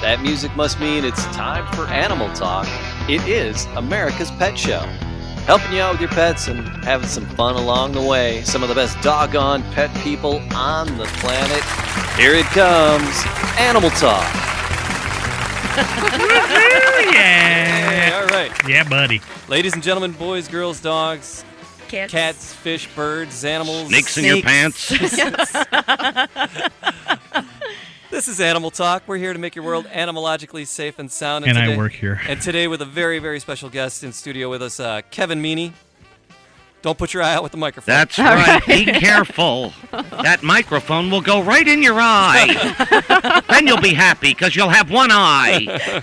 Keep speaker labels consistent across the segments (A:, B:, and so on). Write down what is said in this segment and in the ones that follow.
A: That music must mean it's time for Animal Talk. It is America's Pet Show. Helping you out with your pets and having some fun along the way. Some of the best doggone pet people on the planet. Here it comes Animal Talk.
B: yeah.
A: all right.
B: Yeah, buddy.
A: Ladies and gentlemen, boys, girls, dogs,
C: Cats.
A: cats, fish, birds, animals.
D: Snakes in your pants.
A: This is Animal Talk. We're here to make your world animalogically safe and sound.
B: And I
A: today-
B: work here.
A: And today, with a very, very special guest in studio with us, uh, Kevin Meany. Don't put your eye out with the microphone.
D: That's right. Be careful. That microphone will go right in your eye. then you'll be happy because you'll have one eye.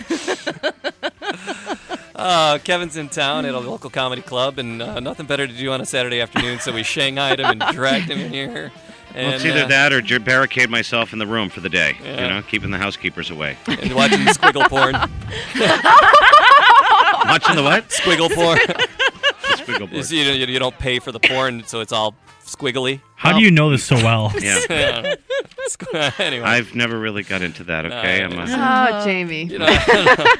A: uh, Kevin's in town at a local comedy club, and uh, nothing better to do on a Saturday afternoon, so we shanghaied him and dragged him in here.
D: Well,
A: And,
D: it's either
A: uh,
D: that or ju- barricade myself in the room for the day.
A: Yeah.
D: You know, keeping the housekeepers away.
A: and watching squiggle porn.
D: Watching the what?
A: Squiggle porn.
D: Squiggle
A: you,
D: board.
A: see, you, you don't pay for the porn, so it's all squiggly.
B: How do you know this so well?
D: Yeah.
A: Yeah. Squ- anyway.
D: I've never really got into that. Okay, I'm a,
E: Oh, Jamie.
A: you know,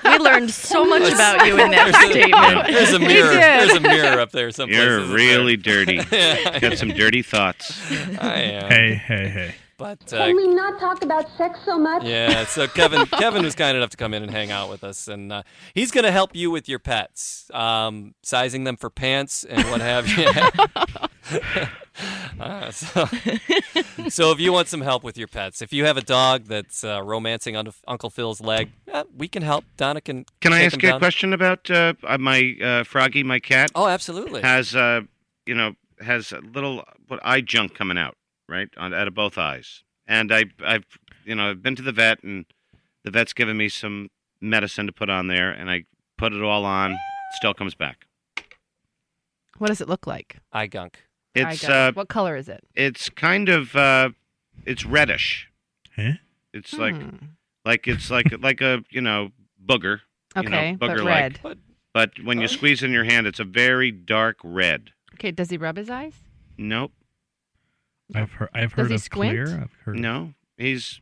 C: We learned so much about you in that
A: There's a-
C: statement.
A: There's a mirror.
E: did.
A: There's a mirror up there someplace.
D: you're
A: isn't
D: really dirty.
A: there?
D: Got some dirty thoughts.
A: I am.
B: Hey, hey, hey.
A: But
F: Can
A: uh,
F: we not talk about sex so much?
A: yeah, so Kevin, Kevin was kind enough to come in and hang out with us, and uh, he's going to help you with your pets, um, sizing them for pants and what have you. Uh, so, so if you want some help with your pets, if you have a dog that's uh, romancing un- Uncle Phil's leg, uh, we can help. Donna can.
D: Can I
A: take
D: ask
A: him
D: you a
A: down.
D: question about uh, uh, my uh, Froggy, my cat?
A: Oh, absolutely.
D: Has uh, you know, has a little what eye junk coming out right on out of both eyes, and I I've you know I've been to the vet and the vet's given me some medicine to put on there, and I put it all on, still comes back.
E: What does it look like?
A: Eye gunk.
E: I
D: It's
E: guess.
D: uh,
E: what color is it?
D: it's kind of uh, it's reddish.
B: Huh?
D: It's like
E: Hmm.
D: like it's like like a you know booger, you know,
E: okay, but
D: booger-like.
E: red.
D: but when you squeeze it in your hand, it's a very dark red.
E: Okay, does he rub his eyes?
D: Nope.
B: I've heard. I've
E: Does
B: heard
E: he
B: of
E: squint?
B: clear. I've heard.
D: No, he's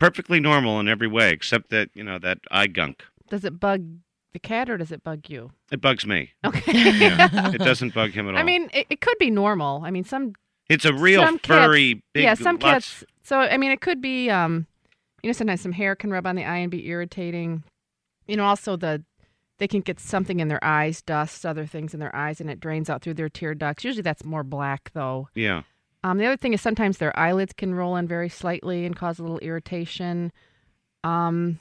D: perfectly normal in every way, except that you know that eye gunk.
E: Does it bug the cat or does it bug you?
D: It bugs me.
E: Okay.
D: Yeah, it doesn't bug him at all.
E: Uh-huh. I mean, it, it could be normal. I mean, some
D: it's a real
E: some cats-
D: furry, big.
E: yeah, some
D: lots-
E: cats. So I mean, it could be um, you know, sometimes some hair can rub on the eye and be irritating. You know, also the they can get something in their eyes, dust, other things in their eyes, and it drains out through their tear ducts. Usually, that's more black though.
D: Yeah,
E: Um, the other thing is sometimes their eyelids can roll in very slightly and cause a little irritation. Um,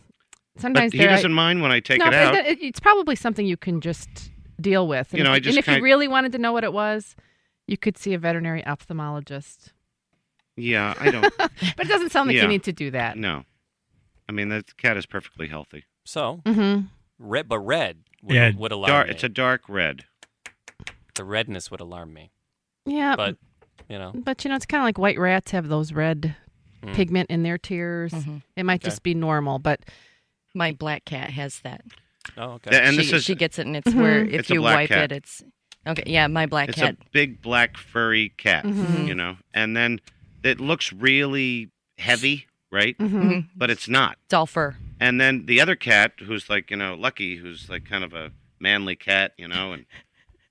E: sometimes
D: but he
E: their-
D: doesn't mind when I take
E: no,
D: it
E: but
D: out.
E: it- it's probably something you can just deal with. And
D: You know,
E: if,
D: I
E: and
D: just
E: if you
D: kinda-
E: really wanted to know what it was, you could see a veterinary ophthalmologist.
D: Yeah, I don't.
E: But it doesn't sound like
D: Yeah.
E: you need to do that.
D: no, I mean that cat is perfectly healthy.
A: So
E: Mm-hmm.
A: red, but red would,
B: Yeah.
A: would alarm
D: Dark.
A: me.
D: It's a dark red.
A: the redness would alarm me,
E: Yeah,
A: but you know.
E: but you know, it's kind of like white rats have those red
A: Mm.
E: pigment in their tears.
C: Mhm.
E: It might
A: Okay.
E: just be normal, but
C: My black cat has that.
A: Oh, okay.
D: Th- And
C: she,
D: this is
C: she gets it, and it's
E: Mhm.
C: where if
D: It's a
C: you
D: black
C: wipe
D: cat.
C: it, it's okay. Yeah, my black
D: it's
C: cat.
D: a big black furry cat.
E: Mhm.
D: You know, and then it looks really heavy, right?
E: Mhm.
C: Mhm.
D: But it's not.
C: It's all fur.
D: And then the other cat, who's like you know Lucky, who's like kind of a manly cat, you know, and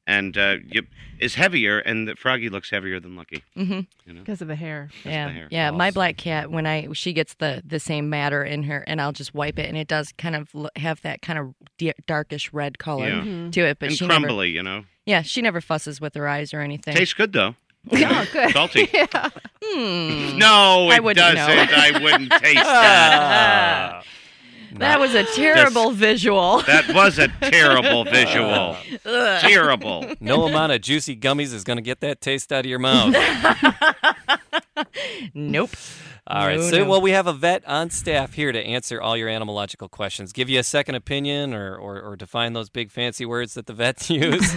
D: and uh, you, is heavier, and the Froggy looks heavier than Lucky.
C: hmm
D: You know,
E: because of the hair.
D: That's the
C: Yeah,
D: hair.
C: yeah. My
A: Awesome.
C: black cat. When I she gets the the same matter in her, and I'll just wipe it, and it does kind of l- have that kind of d- darkish red color
D: Yeah.
E: Mhm.
C: to it. But
D: and
C: she never.
D: crumbly, you know.
C: Yeah, she never fusses with her eyes or anything.
D: Tastes good though.
E: Yeah, good.
D: Salty.
E: yeah.
C: Oh, Hmm.
D: No,
C: I
D: it
C: wouldn't
D: doesn't.
C: know.
D: I wouldn't taste that.
A: Ah.
C: That was a terrible visual.
D: That was a terrible visual.
C: Ugh.
D: terrible.
A: No amount of juicy gummies is going to get that taste out of your mouth.
C: nope.
A: All right.
C: No,
A: so,
C: no.
A: well, we have a vet on staff here to answer all your animalogical questions, give you a second opinion, or, or, or define those big fancy words that the vets use.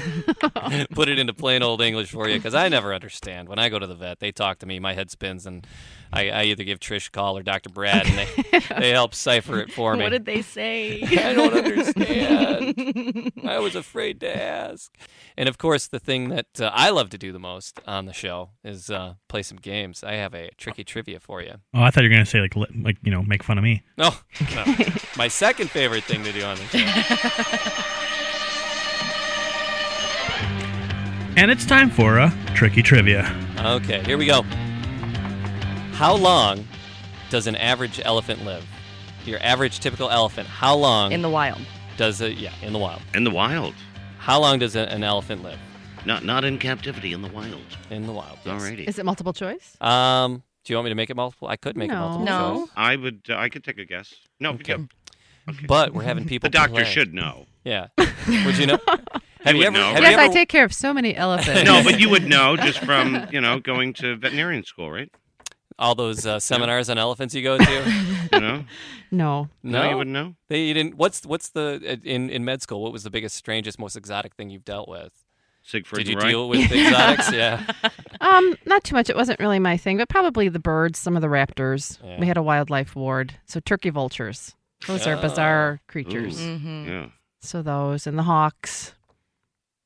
A: Put it into plain old English for you, because I never understand. When I go to the vet, they talk to me, my head spins, and I, I either give Trish a call or Dr. Brad, and they, they help cipher it for me.
C: What did they say?
A: I don't understand. I was afraid to ask. And of course, the thing that uh, I love to do the most on the show is uh, play some games. I have a tricky trivia for you.
B: Oh, I thought you were gonna say like, li- like you know, make fun of me.
A: No, no. my second favorite thing to do on the show.
B: And it's time for a tricky trivia.
A: Okay, here we go. How long does an average elephant live? Your average typical elephant. How long
C: in the wild.
A: does it? Yeah, in the wild.
D: In the wild.
A: How long does a, an elephant live
D: Not not in captivity, in the wild.
A: in the wild? Yes.
D: Alrighty.
E: Is it multiple choice?
A: Um, do you want me to make it multiple? I could make it
E: No.
A: multiple
C: No.
A: choice.
D: I would uh, I could take a guess. No,
A: Okay.
D: yeah,
A: But we're having people.
D: the doctor
A: play.
D: should know.
A: Yeah. Would you know? Have
D: You
A: you ever?
D: would know.
A: Have
D: Yes,
A: you ever,
E: care of so many elephants.
D: No, but you would know just from, you know, going to veterinarian school, right?
A: all those uh, seminars on elephants you go to?
D: You know?
E: no.
A: No,
D: you wouldn't know.
A: They you didn't. What's what's the uh, in in med school? What was the biggest, strangest, most exotic thing you've dealt with?
D: Siegfried
A: Did you
D: and Roy.
A: deal with exotics? Yeah.
E: Um, not too much. It wasn't really my thing, but probably the birds, some of the raptors.
A: Yeah.
E: We had a wildlife ward, so turkey vultures. Those are
A: Oh.
E: bizarre creatures.
D: Ooh.
C: hmm
D: Yeah.
E: So those and the hawks,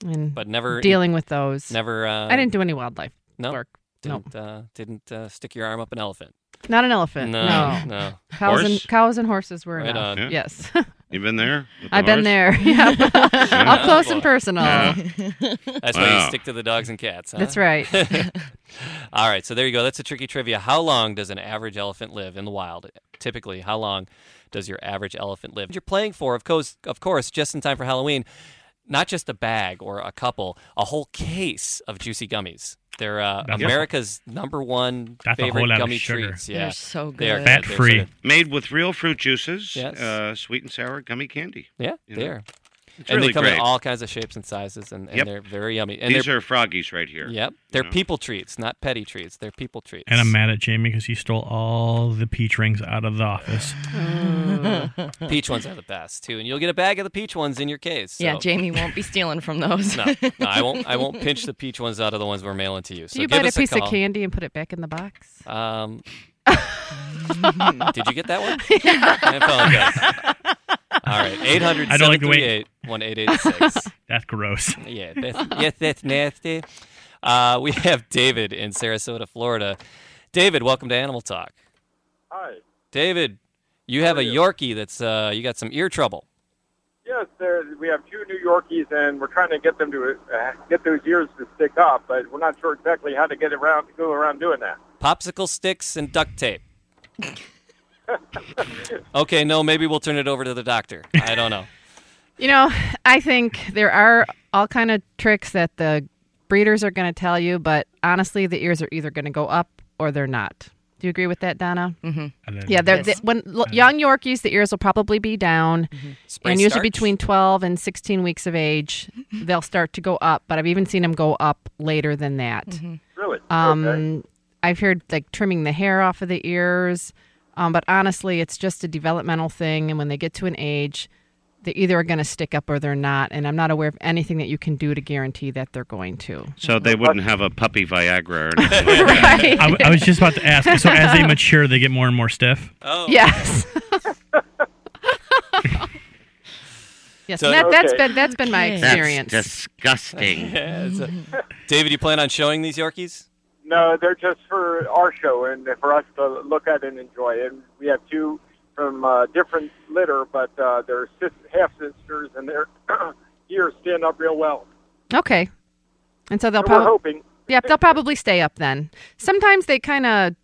E: and
A: But never
E: dealing with those.
A: Never. Uh,
E: I didn't do any wildlife
A: No.
E: work. No,
A: Didn't uh, didn't uh, stick your arm up an elephant.
E: not an elephant.
A: no.
E: No,
A: no.
E: cows and
D: Horse?
E: cows and horses were
A: Right on.
E: enough.
D: Yeah.
E: Yes,
D: You been there? with the
E: I've been
D: horse?
E: there. Yeah, up close and personal.
D: Yeah.
A: That's why you
D: Wow.
A: stick to the dogs and cats. Huh?
E: That's right.
A: All right, so there you go. That's a tricky trivia. How long does an average elephant live in the wild? Typically, how long does your average elephant live? You're playing for, of course, of course, just in time for Halloween, not just a bag or a couple, a whole case of juicy gummies. They're uh,
B: That's a-
A: America's number one
B: That's a whole
A: favorite
B: lot of
A: gummy
B: sugar.
A: treats. Yeah,
C: They're so good.
A: They are
B: Fat
A: They're
B: free.
A: sort of-
D: Made with real fruit juices,
A: Yes.
D: uh, sweet and sour gummy candy.
A: yeah,
D: You
A: they
D: know,
A: are.
D: It's
A: and
D: really
A: they come
D: great.
A: in all kinds of shapes and sizes, and, and
D: Yep.
A: they're very yummy. And
D: These
A: they're
D: are froggies right here.
A: yep, they're
D: know.
A: people treats, not petty treats. They're people treats.
B: And I'm mad at Jamie because he stole all the peach rings out of the office.
A: peach ones are the best too, and you'll get a bag of the peach ones in your case.
C: Yeah,
A: so-
C: Jamie won't be stealing from those.
A: No, no, I won't. I won't pinch the peach ones out of the ones we're mailing to you. So
E: do you
A: give
E: bite a
A: us
E: piece
A: a
E: of
A: call.
E: candy and put it back in the box?
A: Um, did you get that one? I apologize. All right, 800
B: I don't like the way-
A: 1886
B: That's gross.
A: Yeah, that's, yes, that's nasty. Uh, we have David in Sarasota, Florida. David, welcome to Animal Talk.
G: Hi.
A: David, you have a Yorkie that's uh, you got some ear trouble.
G: Yes, there. We have two New Yorkies, and we're trying to get them to uh, get those ears to stick up, but we're not sure exactly how to get around to go around doing that.
A: popsicle sticks and duct tape. okay, no, maybe we'll turn it over to the doctor. I don't know.
E: You know, I think there are all kind of tricks that the breeders are going to tell you, but honestly, the ears are either going to go up or they're not. Do you agree with that, Donna?
B: And then-
E: Yeah, they're,
C: Yes.
E: they- when l- young Yorkies, the ears will probably be down,
A: Spray
E: and usually
A: starch?
E: between 12 and 16 weeks of age, they'll start to go up. But I've even seen them go up later than that.
G: Really?
E: Um,
G: okay.
E: I've heard like trimming the hair off of the ears, um, but honestly, it's just a developmental thing. And when they get to an age, they either are going to stick up or they're not. And I'm not aware of anything that you can do to guarantee that they're going to.
D: So they wouldn't have a puppy Viagra or anything like that.
E: Right?
B: I, w- I was just about to ask. So as they mature, they get more and more stiff.
A: Oh,
E: yes. yes.
A: So-
E: and that, that's
G: Okay.
E: been that's been my
C: Okay.
D: That's
E: experience.
D: disgusting.
A: Yeah, it's a- David, you plan on showing these Yorkies?
G: No, they're just for our show and for us to look at and enjoy. And we have two from uh, different litter, but uh, they're sis- half sisters, and their ears stand up real well.
E: okay. And so they'll
G: So we're
E: probably
G: hoping.
E: Yep, they'll probably stay up then. Sometimes they kind of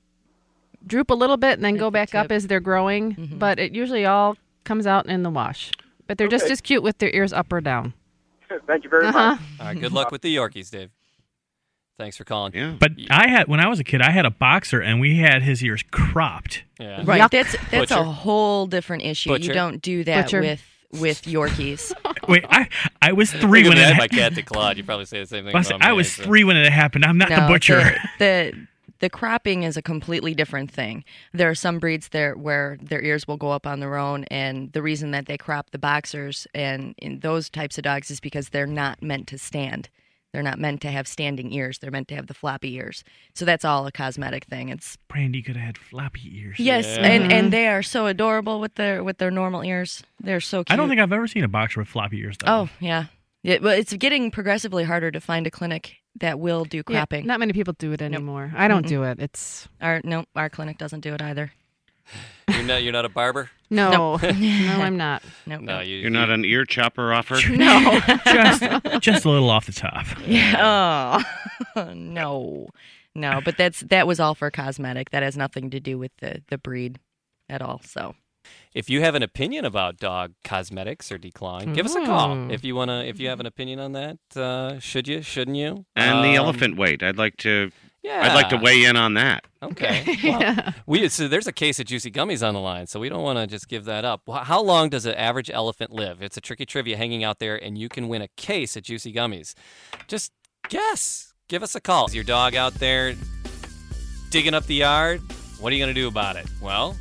E: droop a little bit and then go
C: the
E: back up
C: tip.
E: as they're growing, but it usually all comes out in the wash. But they're just
G: Okay.
E: as cute with their ears up or down.
G: Thank you very
E: Uh-huh.
G: much.
A: All right, good luck with the Yorkies, Dave. Thanks for calling.
D: Yeah.
B: But I had when I was a kid, I had a boxer, and we had his ears cropped.
A: Yeah.
C: Right.
E: Yuck.
C: That's that's
A: Butcher.
C: a whole different issue.
A: Butcher.
C: You don't do that
E: Butcher.
C: with with Yorkies.
B: Wait, I I was
A: If
B: three
A: you
B: when it
A: had my
B: happened.
A: cat to Claude, you probably say the same thing.
B: I was,
A: about
B: I
A: me,
B: was
A: so-
B: three when it happened. I'm not
C: No,
B: the butcher.
C: The, the the cropping is a completely different thing. There are some breeds there where their ears will go up on their own, and the reason that they crop the boxers and in those types of dogs is because they're not meant to stand. They're not meant to have standing ears. They're meant to have the floppy ears. So that's all a cosmetic thing. It's
B: Brandy could have had floppy ears.
C: yes,
A: Yeah.
C: and,
B: Mm-hmm.
C: and they are so adorable with their with their normal ears. They're so cute.
B: I don't think I've ever seen a boxer with floppy ears. Though.
C: Oh yeah. Yeah, well, it's getting progressively harder to find a clinic that will do
E: Yeah,
C: cropping.
E: not many people do it anymore. I don't
C: Mm-mm.
E: do it. It's
C: Our no, our clinic doesn't do it either.
A: You're not. You're not a barber.
E: no, no, I'm not.
C: Nope.
A: No, you,
D: You're not an ear chopper offer.
E: No,
B: just just a little off the top.
C: Yeah. Oh. no. No, but that's that was all for cosmetic. That has nothing to do with the the breed at all. So
A: If you have an opinion about dog cosmetics or decline, give us a call
E: Mm.
A: if you wanna. If you have an opinion on that, uh, should you? Shouldn't you?
D: And the
A: Um,
D: elephant weight. I'd like to.
A: Yeah.
D: I'd like to weigh in on that.
A: Okay. Well, we so there's a case of juicy gummies on the line, so we don't want to just give that up. Wh- How long does an average elephant live? It's a tricky trivia hanging out there, and you can win a case of juicy gummies. Just guess. Give us a call. Is your dog out there digging up the yard? What are you going to do about it? Well,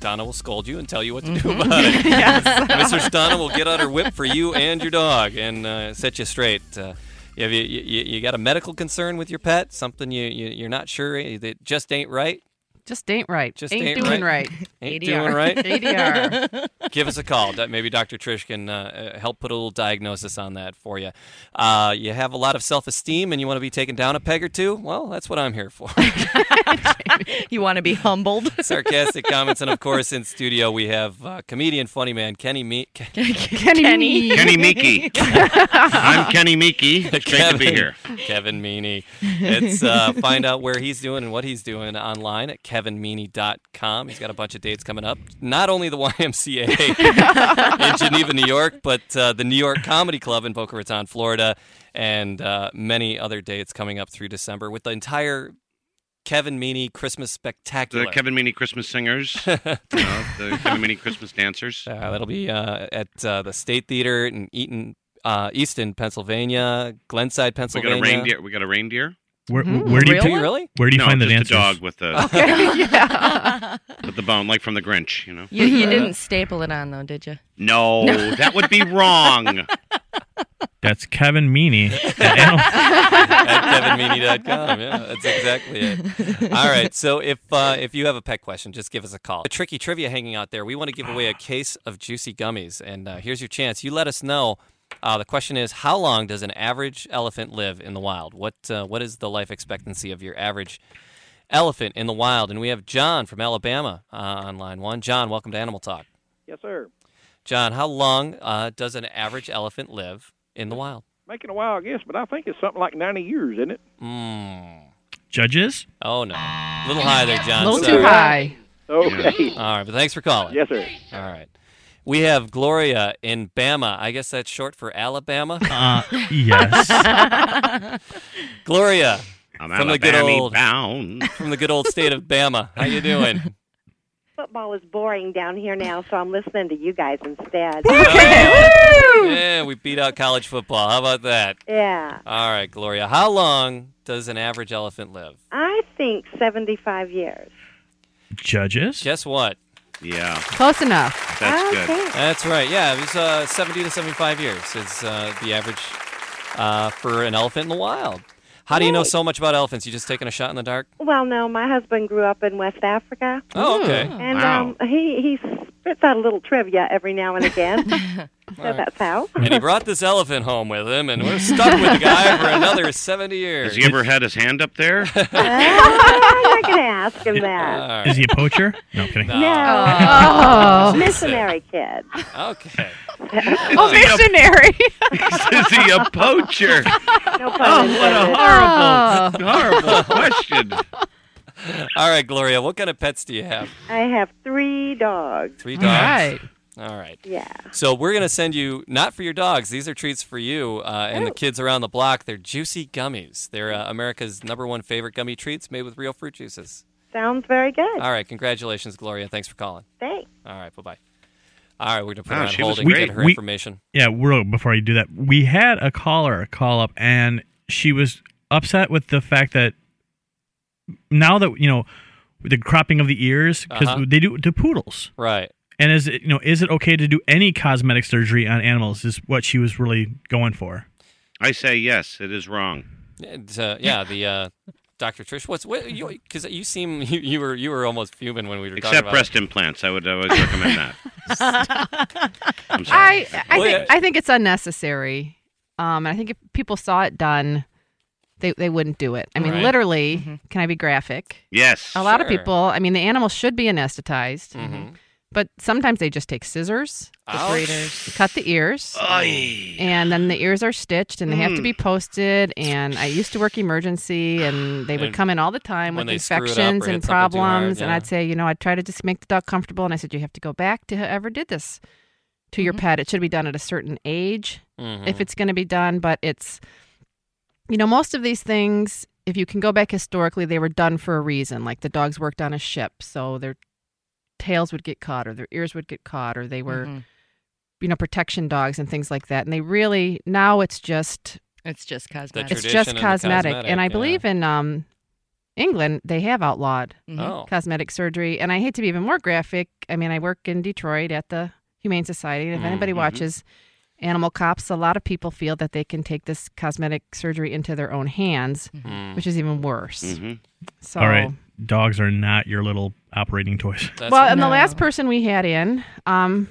A: Donna will scold you and tell you what to do about it. Mr. Donna will get out her whip for you and your dog and uh, set you straight. Uh, if you, you, you got a medical concern with your pet, something you, you, you're not sure eh, that just ain't right,
E: just ain't right.
A: Just
E: ain't,
A: ain't
E: doing
A: right.
E: right.
A: ain't
C: ADR.
A: doing right,
E: ADR.
A: give us a call. Do- Maybe Dr. Trish can uh, uh, help put a little diagnosis on that for you. Uh, you have a lot of self esteem and you want to be taken down a peg or two? Well, that's what I'm here for.
C: you want to be humbled.
A: Sarcastic comments. And of course, in studio, we have uh, comedian, funny man, Kenny Me.
E: Kenny.
D: Kenny Miki. I'm Kenny Miki. It's great to be
A: Kevin-
D: here.
A: Kevin Meany. It's uh, find out where he's doing and what he's doing online at kevinmeany.com. He's got a bunch of dates coming up. Not only the YMCA in Geneva, New York, but uh, the New York Comedy Club in Boca Raton, Florida, and uh, many other dates coming up through December with the entire Kevin Meany Christmas
D: The
A: Spectacular.
D: Kevin Meany Christmas singers. you know, the Kevin Meany Christmas dancers.
A: Uh, that'll be uh, at uh, the State Theater in Eaton, uh, Easton, Pennsylvania, Glenside,
D: We
A: Pennsylvania.
D: got a reindeer. We got a reindeer.
B: Where,
E: Mhm.
B: where do you
C: Really?
A: Really? really?
B: where do you
D: no,
B: find the
D: just
B: dancers?
D: a dog with the
E: yeah.
D: with the bone, like from the Grinch. You know.
C: You, you didn't staple it on though, did you?
D: No, that would be wrong.
B: That's Kevin Meany.
A: at kevinmeany.com. Yeah, that's exactly it. All right. So if uh, if you have a pet question, just give us a call. A tricky trivia hanging out there. We want to give away a case of juicy gummies, and uh, here's your chance. You let us know. Uh, the question is, how long does an average elephant live in the wild? What uh, what is the life expectancy of your average elephant in the wild? And we have John from Alabama uh, on line one. John, welcome to Animal Talk.
H: Yes, sir.
A: John, how long uh, does an average elephant live in the wild?
H: Making a wild guess, but I think it's something like 90 years, isn't it?
A: Mm.
B: Judges?
A: Oh no, a little high there,
E: A
A: John.
E: little
A: Sorry.
E: too high.
H: Okay.
A: All right, but thanks for calling.
H: Yes, sir.
A: All right, we have Gloria in Bama. I guess that's short for Alabama.
B: Uh, yes.
A: Gloria
D: I'm
A: From the good
D: Alabama
A: old-
D: bound.
A: from the good old state of Bama. How you doing?
I: Football is boring down here now, so I'm listening to you guys instead.
A: Oh, yeah, we beat out college football. How about that?
I: yeah.
A: All right, Gloria. How long does an average elephant live?
I: I think 75 years.
B: Judges?
A: Guess what?
D: Yeah,
E: Close enough.
I: I
D: that's good.
I: think.
A: That's right. Yeah, it was uh, 70 to 75 years is uh, the average uh, for an elephant in the wild. How do you know so much about elephants? You just taking a shot in the dark?
I: Well, no, my husband grew up in West Africa,
A: Oh, okay.
I: and
D: Wow.
I: um, he he spits out a little trivia every now and again. so that's how.
A: and he brought this elephant home with him, and we're stuck with the guy for another 70
D: Has
A: years.
D: he ever had his hand up there?
I: I'm not going to ask him that.
A: All
B: Is
A: right.
B: he a poacher? No, I'm kidding.
I: No,
E: Oh,
I: missionary kid.
A: Okay.
E: oh missionary.
D: Is he a poacher?
I: No pun
D: Oh, what
I: intended.
D: a
A: Oh.
D: horrible, horrible question.
A: All right, Gloria, what kind of pets do you have?
I: I have three dogs.
A: Three
E: All
A: dogs.
E: right.
A: All right.
I: Yeah.
A: So we're going to send you, not for your dogs, these are treats for you uh, and the kids around the block. They're juicy gummies. They're uh, America's number one favorite gummy treats made with real fruit juices.
I: Sounds very good.
A: All right, congratulations, Gloria. Thanks for calling.
I: Thanks.
A: All right, bye bye. All right, we're going to put
D: Wow,
A: her on
D: she
A: hold
D: was
A: and
B: great.
A: get her
B: We-
A: information.
B: Yeah, real before you do that, we had a caller call up and she was upset with the fact that now that you know the cropping of the ears because
A: Uh-huh.
B: they do to poodles.
A: Right.
B: And is it you know is it okay to do any cosmetic surgery on animals? Is what she was really going for.
D: I say yes, it is wrong.
A: And, uh, yeah, the uh, Dr. Trish, what's what? Because you, seem you, you were you were almost fuming when we were
D: Except
A: talking about.
D: breast implants. I would always recommend that. I'm sorry.
E: I I
A: Well,
E: think
A: yeah.
E: I think it's unnecessary. Um, and I think if people saw it done, they, they wouldn't do it. I mean,
J: Right.
E: literally, can I be graphic?
D: Yes.
E: A lot of
D: Sure.
E: people, I mean, the animals should be anesthetized,
A: Mm-hmm.
E: but sometimes they just take scissors,
C: Ouch. Braiders.
E: cut the ears,
C: Oy.
E: and then the ears are stitched and they have to
C: Mm.
E: be posted. And I used to work emergency, and they would
J: And
E: come in all the time
J: when
E: with
J: they screw it up or
E: infections
J: hit
E: and
J: something too hard,
E: problems. And
J: yeah.
E: I'd say, you know, I'd try to just make the dog comfortable. And I said, you have to go back to whoever did this to
J: Mm-hmm.
E: your pet. It should be done at a certain
J: Mhm.
E: age
A: Mm-hmm.
E: if it's going to be done, but it's you know, most of these things, if you can go back historically, they were done for a reason. Like the dogs worked on a ship, so their tails would get caught or their ears would get caught or they were
C: Mhm.
E: you know, protection dogs and things like that. And they really now it's just
C: It's just cosmetic.
E: it's just cosmetic. And I
C: yeah.
E: believe in um England they have outlawed
C: Mhm. Oh.
E: cosmetic surgery. And I hate to be even more graphic. I mean, I work in Detroit at the Humane Society, and if anybody
J: Mhm.
E: watches Animal Cops, a lot of people feel that they can take this cosmetic surgery into their own hands,
B: Mhm.
E: which is even worse.
B: Mhm.
E: So
B: All right, dogs are not your little operating toys.
E: well, um, and the last person we had in um,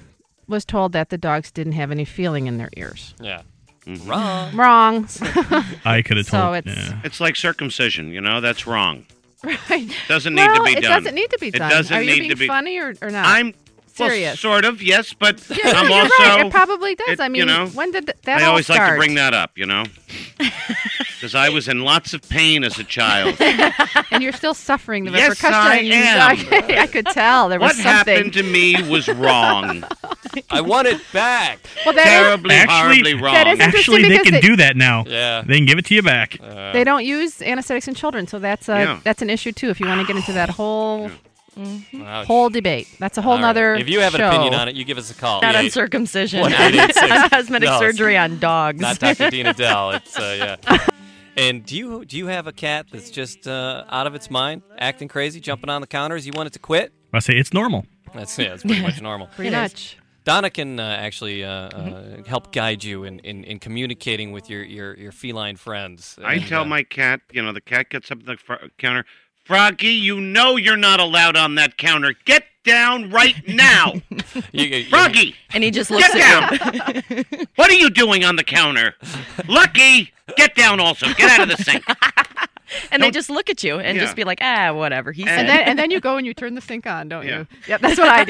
E: was told that the dogs didn't have any feeling in their ears.
A: Yeah.
D: Wrong.
E: Wrong.
B: I could have
E: So
B: told.
E: it's
D: It's like circumcision, you know, that's wrong.
E: right.
D: Doesn't need
E: well,
D: to be
E: it
D: done.
E: doesn't need to be
D: It
E: done.
D: doesn't
E: Are you
D: need
E: being
D: to be
E: funny or, or not?
D: I'm well,
E: serious.
D: sort of, yes, but
E: Yeah, no,
D: I'm
E: you're
D: also
E: right. It probably does.
D: it-
E: I mean,
D: you know,
E: when did th- that
D: I
E: all
D: always
E: start?
D: like to bring that up, you know. Because I was in lots of pain as a child.
E: and you're still suffering the
D: Yes,
E: repercussions.
D: I am.
E: Okay, I could tell there
D: what
E: was something.
D: happened to me was wrong.
A: I want it back.
E: Well, that is-
D: terribly,
B: actually,
D: horribly wrong.
E: That is interesting
B: actually they
E: because
B: can
E: they-
B: do that now.
A: Yeah,
B: they can give it to you back.
E: They don't use anesthetics in children, so that's a
B: Yeah.
E: that's an issue too. If you want to get into that whole
A: Ouch.
E: whole debate, that's a whole
A: All right.
E: nother.
A: If you have an
E: show.
A: opinion on it, you give us a call.
C: Not on
A: 88
C: circumcision.
A: 1886.
C: On cosmetic
A: No, it's
C: surgery on dogs.
A: Not Dr. Dina Dell. It's uh, yeah. And do you do you have a cat that's just uh, out of its mind, acting crazy, jumping on the counters? You want it to quit?
B: I say it's normal.
A: That's yeah, it's pretty much normal.
E: Pretty much.
A: Donna can uh, actually uh, uh, help guide you in, in, in communicating with your, your, your feline friends.
D: I
A: And,
D: tell
A: uh,
D: my cat, you know, the cat gets up at the fr- counter. Froggy, you know you're not allowed on that counter. Get down right now.
A: you, you-
D: Froggy!
C: And he just
D: looks at down. what are you doing on the counter? Lucky, get down also. Get out of the sink.
C: and they just look at you and
D: Yeah.
C: just be like, ah, whatever. He said.
E: And then and then you go and you turn the sink on, don't
C: Yeah.
E: you? Yep, that's what I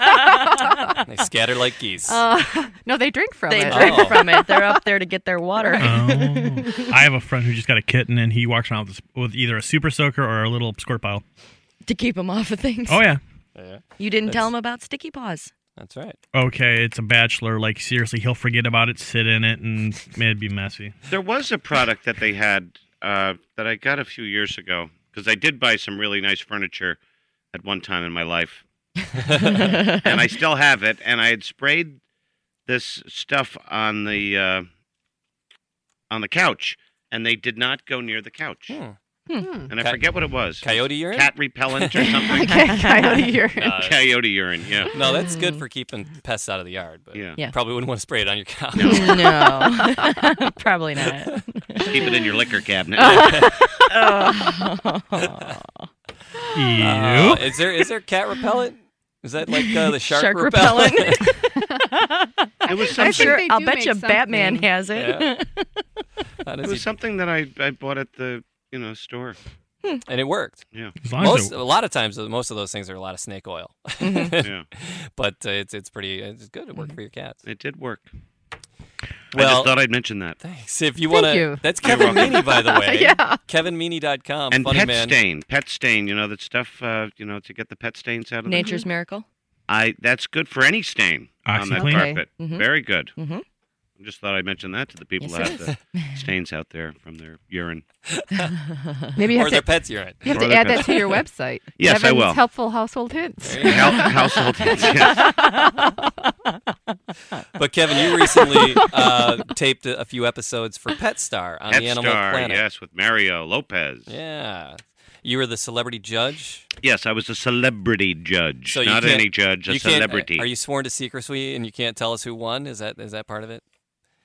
E: do.
A: they scatter like geese.
E: uh, no, they drink from
C: they
E: it.
C: drink
A: Oh.
C: from it. They're up there to get their water.
E: Oh.
B: I have a friend who just got a kitten, and he walks around with, with either a super soaker or a little squirt bottle.
C: to keep him off of things.
B: Oh yeah.
C: You didn't
B: That's-
C: tell him about sticky paws.
A: That's right.
B: Okay, it's a bachelor. Like seriously, he'll forget about it, sit in it, and it'd be messy.
D: There was a product that they had uh, that I got a few years ago because I did buy some really nice furniture at one time in my life, and I still have it. And I had sprayed this stuff on the uh, on the couch, and they did not go near the couch. And I
A: Coy-
D: forget what it was.
A: Hmm. Coyote urine?
D: Cat repellent or
A: Oh.
D: something.
E: Coyote urine.
A: No.
D: Coyote urine, yeah.
A: No, that's good for keeping pests out of the yard, but
D: Yeah.
C: Yeah.
A: probably wouldn't want to spray it on your couch.
C: No, probably not.
D: Keep it in your liquor cabinet.
C: Oh.
A: Uh, is there is there cat repellent? Is that like uh, the shark,
C: Shark
A: repellent?
D: it was
C: I'm
D: something.
C: sure. I'll bet you Batman has it.
A: Yeah. How
D: It
A: does
D: was
A: he-
D: something that I, I bought at the you know store.
A: and it worked.
D: Yeah.
B: As long as
A: Most,
B: it-
A: a lot of times, uh, most of those things are a lot of snake oil.
D: Mm-hmm.
A: But uh, it's it's pretty it's good. It worked for your cats.
D: It did work. I
A: Well-
D: just thought I'd mention that.
A: Thanks. If you
D: Thank
A: want to,
D: you.
A: that's
D: You're
A: Kevin
D: welcome.
A: Meany, by the way.
D: Yeah.
A: KevinMeany.com.
D: and
A: funny
D: pet
A: man.
D: stain, pet stain. You know that stuff. Uh, you know to get the pet stains out of them?
C: Nature's miracle.
D: I that's good for any stain on that
C: Oxyclean. Okay.
D: carpet.
C: Mhm.
D: Very good.
C: Mhm.
D: I just thought I'd mention that to the people
C: Yes,
D: that
C: it
D: have the stains out there from their urine.
E: Maybe you
A: or
E: have
A: their
E: to,
A: pets urine.
E: You have
D: Or
E: to
D: their
E: add that
D: pets.
E: to your website.
D: Yes, I
E: Kevin's
D: will.
E: Helpful household hints.
A: There you go.
D: Hou- household hints, yes.
A: But Kevin, you recently uh, taped a a few episodes for Pet Star on
D: Pet
A: the Animal
D: Star,
A: Planet.
D: yes, with Mario Lopez.
A: Yeah. You were the celebrity judge.
D: Yes, I was a celebrity judge,
A: So you
D: not
A: can't-
D: any judge, a
A: you can't- uh,
D: celebrity.
A: Are you sworn to secrecy and you can't tell us who won? Is that is that part of it?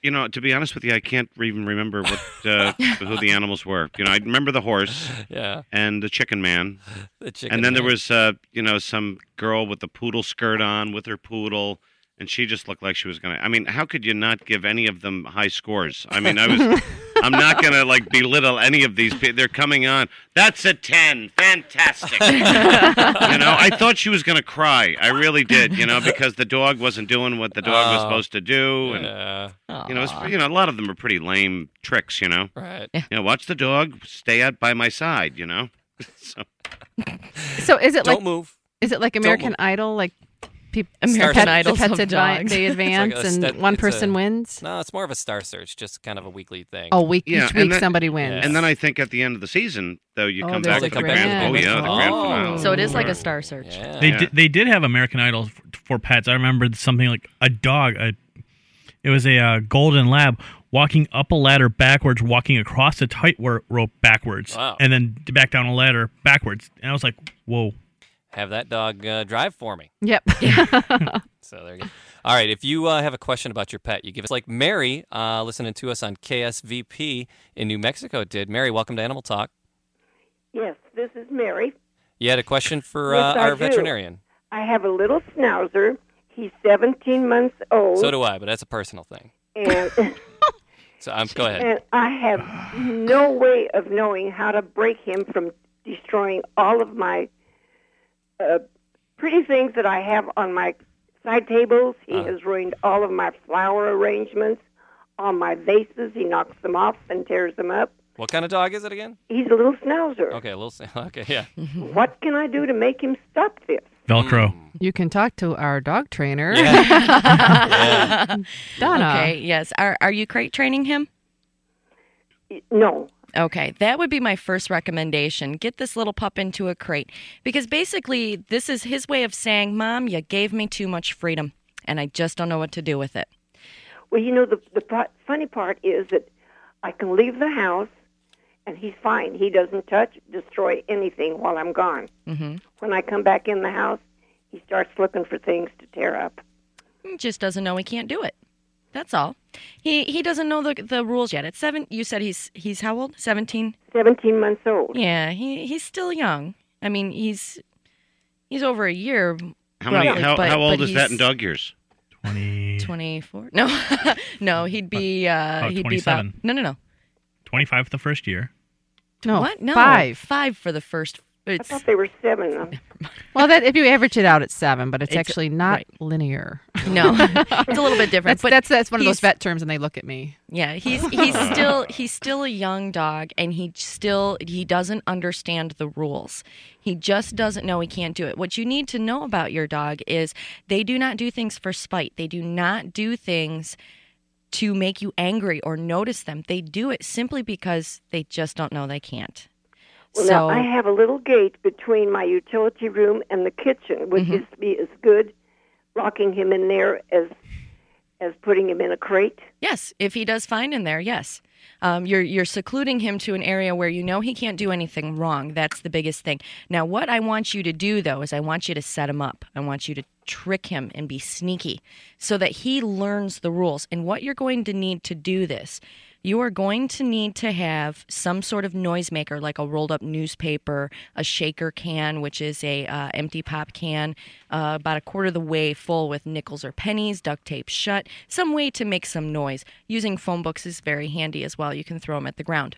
D: You know, to be honest with you, I can't even remember what uh, who the animals were. You know, I remember the horse.
A: Yeah.
D: And the chicken man.
A: The
D: And
A: chicken
D: then there
A: man.
D: was, uh, you know, some girl with the poodle skirt on with her poodle, and she just looked like she was gonna. I mean, how could you not give any of them high scores? I mean, I was. I'm not gonna like belittle any of these. people. They're coming on. That's a ten. Fantastic. you know, I thought she was gonna cry. I really did. You know, because the dog wasn't doing what the dog was
A: Oh.
D: supposed to do, and you know, it's, you know, a lot of them are pretty lame tricks. You know,
A: Right.
D: you know, watch the dog stay out by my side. You know, so
E: So is it
A: Don't
E: like
A: move.
E: is it like
A: Don't
E: American
A: move.
E: Idol like people
C: American
E: pet,
C: Idols
E: the pets
C: of
E: advi-
C: dogs.
E: they
C: It's
E: advance
A: a
E: and
A: step-
E: one
A: it's
E: person
A: a-
E: wins?
A: No, it's more of a star search, just kind of a weekly thing.
E: Oh, week
D: Yeah,
E: each
D: and
E: week
D: that-
E: somebody wins.
D: and then I think at the end of the season, though, you
E: Oh,
D: come
E: there's
D: back to
E: a
D: the
E: grand
D: grand. Oh yeah, the
E: finale.
D: grand
E: Oh.
D: finale.
C: So it is like a star search.
A: Yeah.
B: They
D: Yeah.
B: did, they did have American Idol f- for pets. I remember something like a dog. A, it was a uh, golden lab walking up a ladder backwards, walking across a tight wor- rope backwards,
A: Wow.
B: and then back down a ladder backwards. And I was like, "Whoa!"
A: Have that dog uh, drive for me.
E: Yep.
A: So there you go. All right. If you uh, have a question about your pet, you give us like Mary uh, listening to us on KSVP in New Mexico did. Mary, welcome to Animal Talk.
I: Yes, this is Mary.
A: You had a question for
I: Yes,
A: uh,
I: I
A: our
I: do.
A: veterinarian.
I: I have a little schnauzer. He's 17 months old.
A: So do I, but that's a personal thing.
I: and,
A: So um, go ahead.
I: and I have no way of knowing how to break him from destroying all of my uh, pretty things that I have on my side tables. He has ruined all of my flower arrangements, all my vases. He knocks them off and tears them up.
A: What kind of dog is it again?
I: He's a little schnauzer.
A: Okay, a little. s- Okay, yeah.
I: What can I do to make him stop this?
B: Velcro.
A: Hmm.
E: you can talk to our dog trainer,
A: yeah.
E: Donna.
C: Okay, yes. Are are you crate training him?
I: No.
C: Okay, that would be my first recommendation. Get this little pup into a crate because basically this is his way of saying, "Mom, you gave me too much freedom, and I just don't know what to do with it."
I: Well, you know, the the part, funny part is that I can leave the house, and he's fine. He doesn't touch, destroy anything while I'm gone. Mm-hmm. When I come back in the house, he starts looking for things to tear up.
C: He just doesn't know he can't do it. That's all. He he doesn't know the the rules yet. At seven, you said he's he's how old? Seventeen.
I: Seventeen months old.
C: Yeah, he he's still young. I mean, he's he's over a year.
D: How many?
C: roughly,
D: How,
C: but-
D: how old
C: but
D: is that in
C: he's-
D: dog years?
B: 20,
C: 24 no no he'd be uh he'd be about
B: 27.
C: no no no
B: 25 the first year.
E: No,
C: what no
E: five.
C: five for the first
I: I
C: it's
I: thought they were seven. Um,
E: Well, that if you average it out, it's seven, but it's,
C: It's-
E: actually not
C: right.
E: linear.
C: no it's a little bit different
E: That's
C: but
E: that's that's one of those
C: he's-
E: vet terms, and they look at me.
C: yeah he's he's still he's still a young dog and he still he doesn't understand the rules he just doesn't know he can't do it what you need to know about your dog is they do not do things for spite they do not do things to make you angry or notice them they do it simply because they just don't know they can't
I: well,
C: so
I: now I have a little gate between my utility room and the kitchen, which
C: Mm-hmm.
I: is be as good locking him in there as as putting him in a crate.
C: Yes, if he does fine in there, yes. Um, you're you're secluding him to an area where you know he can't do anything wrong. That's the biggest thing. Now, what I want you to do though is I want you to set him up. I want you to trick him and be sneaky so that he learns the rules. And what you're going to need to do this, you are going to need to have some sort of noisemaker, like a rolled up newspaper, a shaker can, which is a uh, empty pop can, uh, about a quarter of the way full with nickels or pennies, duct tape shut, some way to make some noise. Using phone books is very handy as well. You can throw them at the ground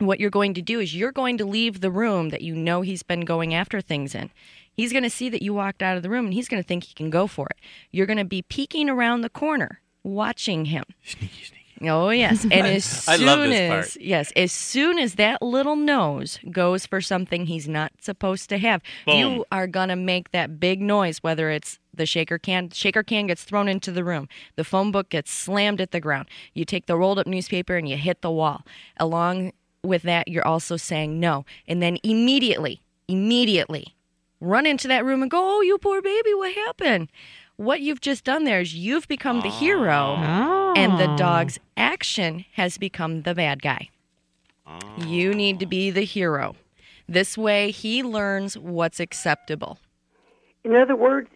C: what you're going to do is you're going to leave the room that you know he's been going after things in. He's going to see that you walked out of the room and he's going to think he can go for it. You're going to be peeking around the corner, watching him.
B: Sneaky, sneaky.
C: Oh yes, and as soon
A: I love this
C: as
A: part.
C: yes, as soon as that little nose goes for something he's not supposed to have, you are gonna make that big noise. Whether it's the shaker can, shaker can gets thrown into the room, the phone book gets slammed at the ground. You take the rolled up newspaper and you hit the wall. Along with that, you're also saying no, and then immediately, immediately, run into that room and go, "Oh, you poor baby, what happened?" What you've just done there is you've become the hero and the dog's action has become the bad guy. You need to be the hero. This way, he learns what's acceptable.
I: In other words,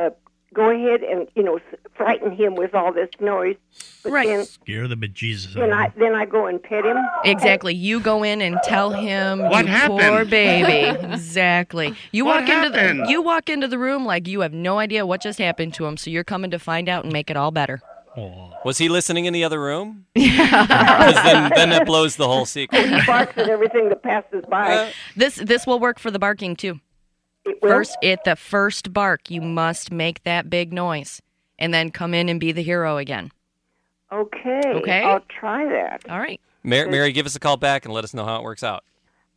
I: uh, go ahead and you know s- frighten him with all this noise. But
C: Right.
I: Then,
B: Scare the bejesus out
I: then
B: of
I: I
B: him.
I: then I go and pet him.
C: Exactly. You go in and tell him
D: What
C: you
D: happened?
C: poor baby. Exactly. You
D: What
C: walk into
D: happened?
C: the you walk into the room like you have no idea what just happened to him, so you're coming to find out and make it all better.
B: Aw.
A: Was he listening in the other room? Yeah. then, then that blows the whole Uh, sequence.
I: barks at everything that passes by.
C: This this will work for the barking too.
I: It will-
C: First at the first bark, you must make that big noise and then come in and be the hero again.
I: okay.
C: Okay.
I: I'll try that.
C: All right.
A: Mary, Mary, give us a call back and let us know how it works out.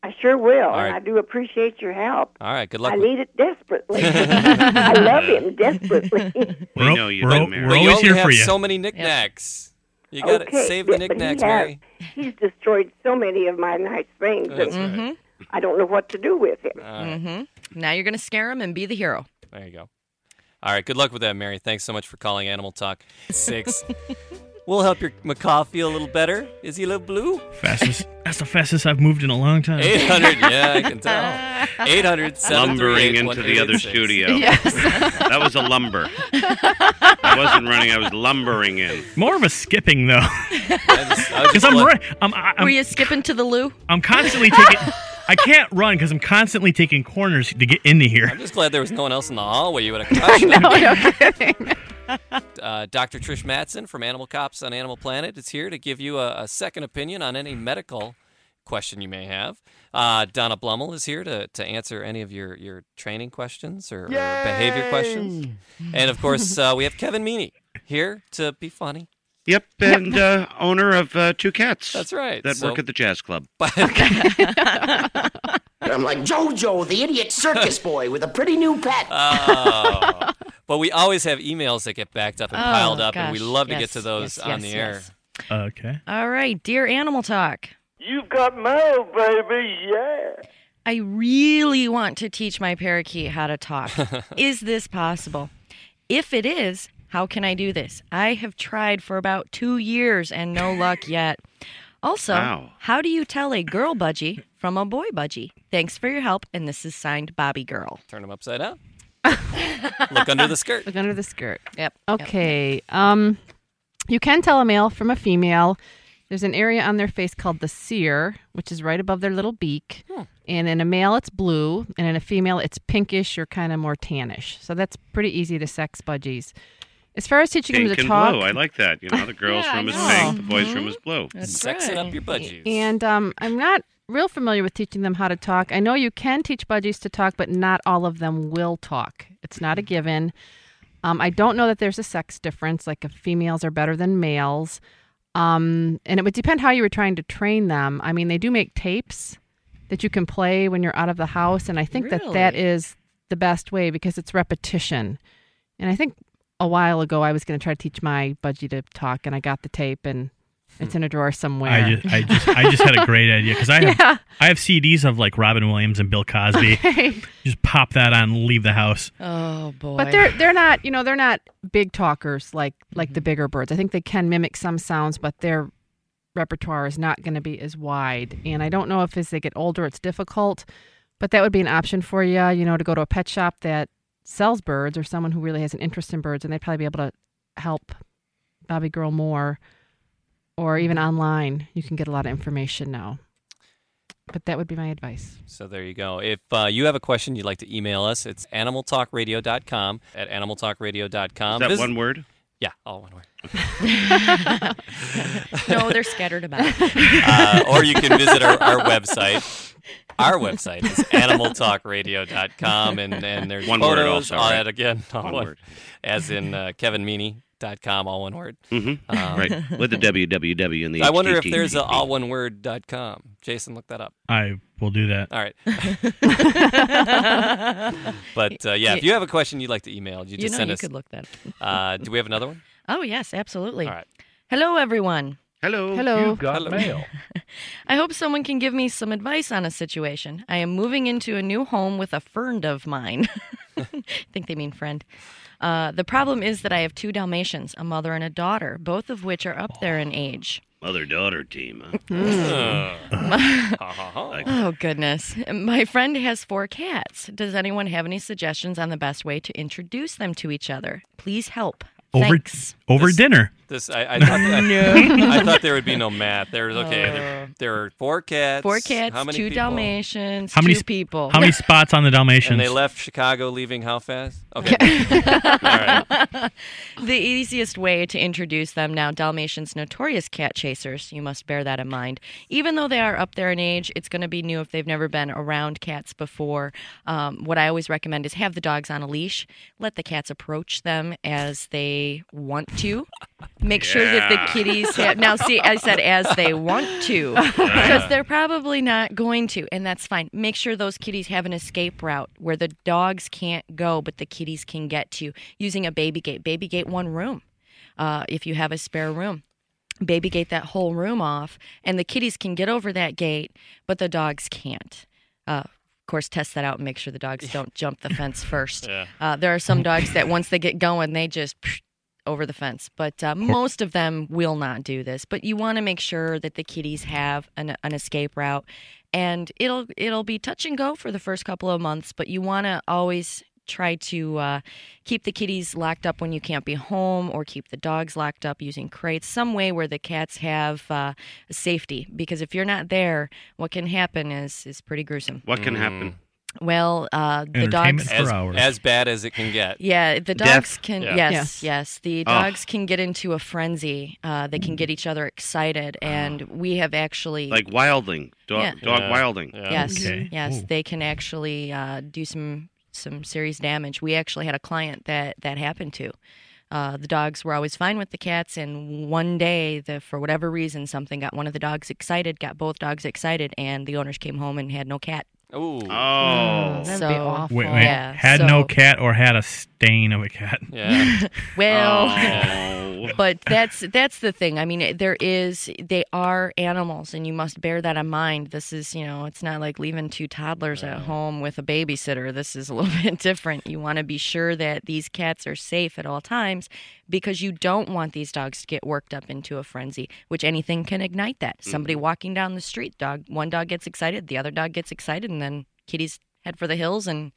I: I sure will,
A: right.
I: and I do appreciate your help.
A: All right. Good luck.
I: I
A: with-
I: need it desperately. I love him desperately.
D: We
B: We're,
D: know you
B: we're,
D: do,
B: al-
D: Mary.
B: we're
A: But
B: always
A: you only
B: here
A: have
B: for you.
A: so many knickknacks. You got to
I: okay.
A: save the
I: but- but he
A: knickknacks,
I: has-
A: Mary.
I: He's destroyed so many of my nice things that
A: That's right.
C: Mm-hmm.
A: Uh,
I: I don't know what to do with him.
A: All right.
C: Now you're going to scare him and be the hero.
A: There you go. All right. Good luck with that, Mary. Thanks so much for calling Animal Talk 6. we'll help your macaw feel a little better. Is he a little blue?
B: Fastest. That's the fastest I've moved in a long time.
A: 800. Yeah, I can tell. 800
D: Lumbering into the other studio. that was a lumber. I wasn't running. I was lumbering in.
B: More of a skipping though, because
A: Because
B: I'm right. I'm, I-
C: Were
B: I'm,
C: you skipping to the loo?
B: I'm constantly taking. I can't run because I'm constantly taking corners to get into here.
A: I'm just glad there was no one else in the hallway. You would have crushed them. Uh, Dr. Trish Matson from Animal Cops on Animal Planet is here to give you a, a second opinion on any medical question you may have. Uh, Donna Blummel is here to, to answer any of your, your training questions or, or behavior questions. And of course, uh, we have Kevin Meany here to be funny.
D: Yep, and uh, owner of uh, two cats.
A: That's right.
D: That
A: So-
D: work at the jazz club.
J: I'm like Jojo, the idiot circus boy with a pretty new pet.
A: Oh. but we always have emails that get backed up and
C: Oh,
A: piled up, and we
C: gosh.
A: love to get
C: Yes,
A: to those
C: yes,
A: on
C: yes,
A: the air.
C: yes.
B: Okay.
C: All right, dear Animal Talk.
H: You've got mail, baby. Yeah.
C: I really want to teach my parakeet how to talk. is this possible? If it is, how can I do this? I have tried for about two years and no luck yet. Also,
D: Wow.
C: how do you tell a girl budgie from a boy budgie? Thanks for your help, and this is signed Bobby Girl.
A: Turn them upside down. Look under the skirt.
E: Look under the skirt.
C: Yep.
E: Okay. Um, you can tell a male from a female. There's an area on their face called the sear, which is right above their little beak.
C: Hmm.
E: And in a male, it's blue, and in a female, it's pinkish or kind of more tannish. So that's pretty easy to sex budgies. As far as teaching them
D: Pink
E: to
D: and
E: talk,
D: blue. I like that. You know, the girls'
E: Yeah, I
D: room is
E: know.
D: pink, the boys' room is blue.
A: Sexing up your budgies.
E: And um, I'm not real familiar with teaching them how to talk. I know you can teach budgies to talk, but not all of them will talk. It's not a given. Um, I don't know that there's a sex difference, like if females are better than males. Um, and it would depend how you were trying to train them. I mean, they do make tapes that you can play when you're out of the house, and I think that that
C: Really?
E: is the best way because it's repetition. And I think a while ago I was going to try to teach my budgie to talk, and I got the tape, and it's in a drawer somewhere.
B: I just, I just, I just had a great idea because I have, I have CDs of like Robin Williams and Bill Cosby. just pop that on, leave the house.
C: Oh boy.
E: But they're they're not you know they're not big talkers like like
C: Mm-hmm.
E: the bigger birds. I think they can mimic some sounds, but their repertoire is not going to be as wide. And I don't know if as they get older, it's difficult. But that would be an option for you, you know, to go to a pet shop that sells birds or someone who really has an interest in birds, and they'd probably be able to help Bobby Girl more. Or even
C: Mm-hmm.
E: online, you can get a lot of information now. But that would be my advice.
A: So there you go. If uh, you have a question you'd like to email us, it's animaltalkradio.com at
D: Is
A: animaltalkradio.com.
D: that
A: Vis-
D: one word?
A: Yeah, all one word.
C: no, they're scattered about.
A: Uh, or you can visit our, our website. Our website is animaltalkradio.com, and, and there's
D: One word
A: photos.
D: also,
A: all
D: right?
A: that again, all
D: One
A: one-
D: word.
A: As in uh, kevinmeany.com, all one word.
D: Mm-hmm.
A: Um,
D: right. With the www in the.
A: I wonder if
D: HTTP.
A: there's a all one word.com. Jason, look that up.
B: I will do that.
A: All right. but uh, yeah, if you have a question you'd like to email, you just
C: you know,
A: send
C: you
A: us.
C: could look that. up.
A: Uh, do we have another one?
C: Oh yes, absolutely.
A: All right.
C: Hello, everyone.
D: Hello.
E: Hello.
A: Hello.
C: I hope someone can give me some advice on a situation. I am moving into a new home with a friend of mine. I think they mean friend. Uh, the problem is that I have two Dalmatians, a mother and a daughter, both of which are up there in age.
D: Mother daughter team, huh?
A: Mm.
C: oh goodness. My friend has four cats. Does anyone have any suggestions on the best way to introduce them to each other? Please help.
B: Over
C: Thanks.
B: over dinner.
A: This I, I, thought, I,
C: No. Oh.
A: I thought there would be no math. There was okay. there, there are four cats.
C: Four cats,
A: How many
C: two
A: people?
C: Dalmatians,
B: How many
C: two
B: sp-
C: people.
B: How many spots on the Dalmatians?
A: And they left Chicago, leaving how fast? Okay. All right.
C: the easiest way to introduce them now dalmatians notorious cat chasers you must bear that in mind even though they are up there in age it's going to be new if they've never been around cats before um, what i always recommend is have the dogs on a leash let the cats approach them as they want to make sure that
D: Yeah.
C: the kitties have now see i said as they want to because they're probably not going to and that's fine make sure those kitties have an escape route where the dogs can't go but the kitties can get to using a baby gate baby gate one room uh, if you have a spare room baby gate that whole room off and the kitties can get over that gate but the dogs can't uh, of course test that out and make sure the dogs don't jump the fence first
A: Yeah.
C: uh, there are some dogs that once they get going they just psh, over the fence but uh, most of them will not do this but you want to make sure that the kitties have an, an escape route and it'll it'll be touch and go for the first couple of months but you want to always try to uh, keep the kitties locked up when you can't be home or keep the dogs locked up using crates some way where the cats have uh, safety because if you're not there what can happen is is pretty gruesome
D: What
A: Mm.
D: can happen?
C: well uh, the dogs
B: Entertainment for
A: As,
B: hours.
A: as bad as it can get.
C: yeah, the
D: Death.
C: dogs can.
A: Yeah.
C: Yes,
E: Yes.
C: yes, The
D: Oh.
C: dogs can get into a frenzy. Uh, they can get each other excited,
B: Ah.
C: and we have actually.
D: Like uh, wilding, dog,
C: Yeah.
D: dog
A: Yeah.
D: wilding.
A: Yeah.
C: yes,
B: Okay.
C: yes,
B: Ooh.
C: they can actually uh, do some some serious damage. We actually had a client that that happened to. Uh, the dogs were always fine with the cats, and one day, the, for whatever reason, something got one of the dogs excited, got both dogs excited, and the owners came home and had no cat.
A: Ooh.
D: Oh,
E: Mm, that'd be
C: So-
E: awful.
B: Wait, wait.
C: Yeah,
B: had no
C: so-
B: cat or had a stain of a cat.
A: Yeah.
C: Well.
D: Oh.
C: but that's that's the thing. I mean, there is they are animals, and you must bear that in mind. This is you know, it's not like leaving two toddlers at home with a babysitter. This is a little bit different. You want to be sure that these cats are safe at all times because you don't want these dogs to get worked up into a frenzy, which anything can ignite that. Somebody walking down the street, dog one dog gets excited, the other dog gets excited, and then kitties head for the hills and.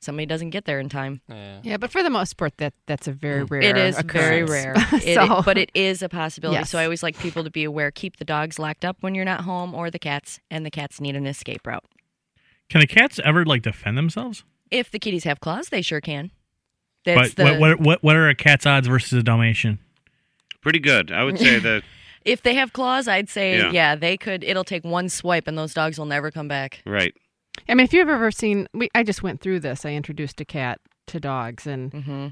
C: Somebody doesn't get there in time.
A: Yeah.
E: Yeah, but for the most part, that that's a very rare.
C: Mm. It is very
E: occurrence.
C: rare, It-
E: so,
C: but it is a possibility.
E: Yes.
C: So I always like people to be aware. Keep the dogs locked up when you're not home, or the cats, and the cats need an escape route.
B: Can the cats ever like defend themselves?
C: If the kitties have claws, they sure can. That's
B: but
C: the
B: what, what what what are a cat's odds versus a Dalmatian?
D: Pretty good. I would say the
C: if they have claws, I'd say
D: Yeah.
C: yeah. they could. It'll take one swipe, and those dogs will never come back.
D: right.
E: I mean, if you've ever seen, we, I just went through this. I introduced a cat to dogs, and
C: Mm-hmm.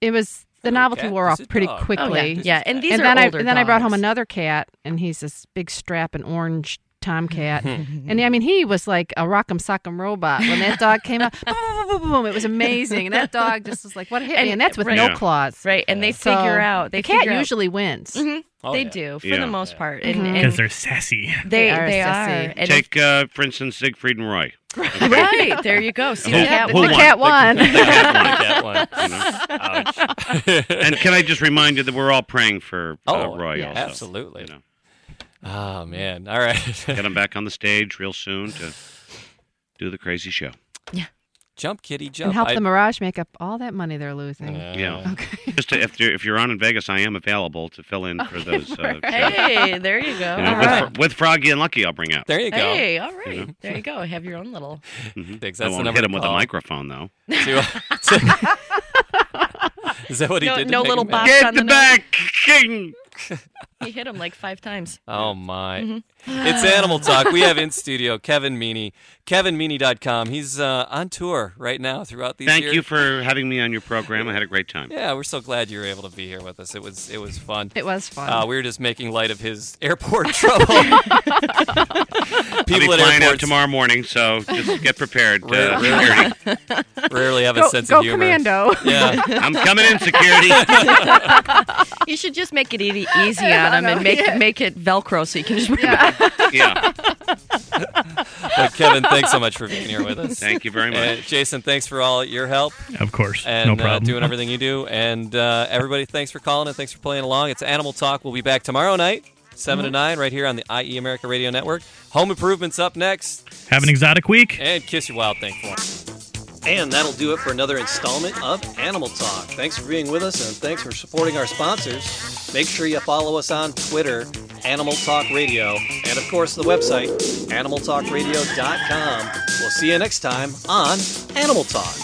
E: it was the
A: Hello,
E: novelty
A: cat.
E: wore
A: This
E: off
A: is
E: pretty
A: dog.
E: quickly.
C: Oh yeah, yeah. And these
E: and
C: are
E: then
C: older.
E: I and then I brought home
C: dogs.
E: another cat, and he's this big strap and orange
C: Mm-hmm.
E: tomcat, and I mean he was like a rock'em sock'em robot when that dog came out. Boom, boom, boom, boom, boom. It was amazing, and that dog just was like, "What hit me?"
C: And-
E: And that's with
C: right.
E: no
D: Yeah.
E: claws.
C: Right, and they
E: So,
C: figure out. They
E: the cat
C: figure out-
E: usually wins.
C: Mhm,
A: Oh,
C: they
A: yeah.
C: do for
D: Yeah.
C: the most part,
E: Mhm.
C: and, and
B: Because they're sassy.
C: they
E: They are
C: they
E: sassy.
C: are. And if-
D: Take, uh, for instance, Siegfried and Roy.
C: right there, you go. See
D: Who-
C: the cat
D: who
E: the
D: won?
C: won.
E: cat
A: Oh,
E: won.
A: That one, that one. Ouch.
D: And can I just remind you that we're all praying for uh,
A: Oh,
D: Roy
E: yeah.
D: also.
A: absolutely.
D: You know,
A: Oh man! All right.
D: get him back on the stage real soon to do the crazy show.
A: jump, kitty, jump.
E: and help
A: I-
E: the Mirage make up all that money they're losing.
A: Uh,
D: Yeah.
E: Okay.
D: Just to, if, you're, if you're on in Vegas, I am available to fill in for those. Uh, shows.
C: Hey, there you go.
D: You know,
C: All
D: with,
C: right.
D: Fro- with Froggy and Lucky, I'll bring out.
A: There you go.
C: Hey, all right. There you go. Have your own little.
D: Mhm.
A: Thanks.
D: I
A: That's the
D: won't
A: number
D: hit
A: to
D: him with a
A: call.
D: microphone, though.
A: uh, Is that what he
C: No-
A: did? to
C: no
A: make
C: little
A: him mad?
C: box.
D: Get
C: on the
D: the
C: nose.
D: back, King.
C: He hit him like five times.
A: Oh my.
E: Mm-hmm.
A: It's Animal Talk. We have in studio Kevin Meaney. KevinMeaney.com. He's uh, on tour right now throughout these
D: Thank
A: years.
D: you for having me on your program. I had a great time.
A: Yeah, we're so glad you were able to be here with us. It was it was fun.
E: It was fun.
A: Uh, we were just making light of his airport trouble. People
D: I'll be
A: at
D: flying out
A: airports
D: tomorrow morning, so just get prepared.
A: Rare-
D: Uh,
A: rarely-
D: security.
A: rarely have a
E: go
A: sense
E: go
A: of humor.
E: commando.
A: Yeah.
D: I'm coming in security.
C: You should just make it e- easy on him and make make it Velcro so you can just.
D: yeah.
A: But Kevin, thanks so much for being here with us.
D: Thank you very
A: Uh,
D: much.
A: Jason, thanks for all your help
B: Of course.
A: and
B: no
A: uh,
B: problem.
A: doing everything you do. And uh, everybody, thanks for calling and thanks for playing along. It's Animal Talk. We'll be back tomorrow night 7 to 9, right here on the IE America Radio Network. Home Improvement's up next.
B: Have an exotic week.
A: And kiss your wild thing for 'em. And that'll do it for another installment of Animal Talk. Thanks for being with us and thanks for supporting our sponsors. Make sure you follow us on Twitter, Animal Talk Radio, and of course the website, animaltalkradio.com. We'll see you next time on Animal Talk.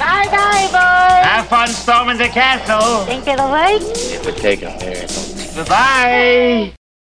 K: Bye, bye, boys.
H: Have fun storming the castle.
K: Think it'll work?
H: It would take a miracle. Goodbye.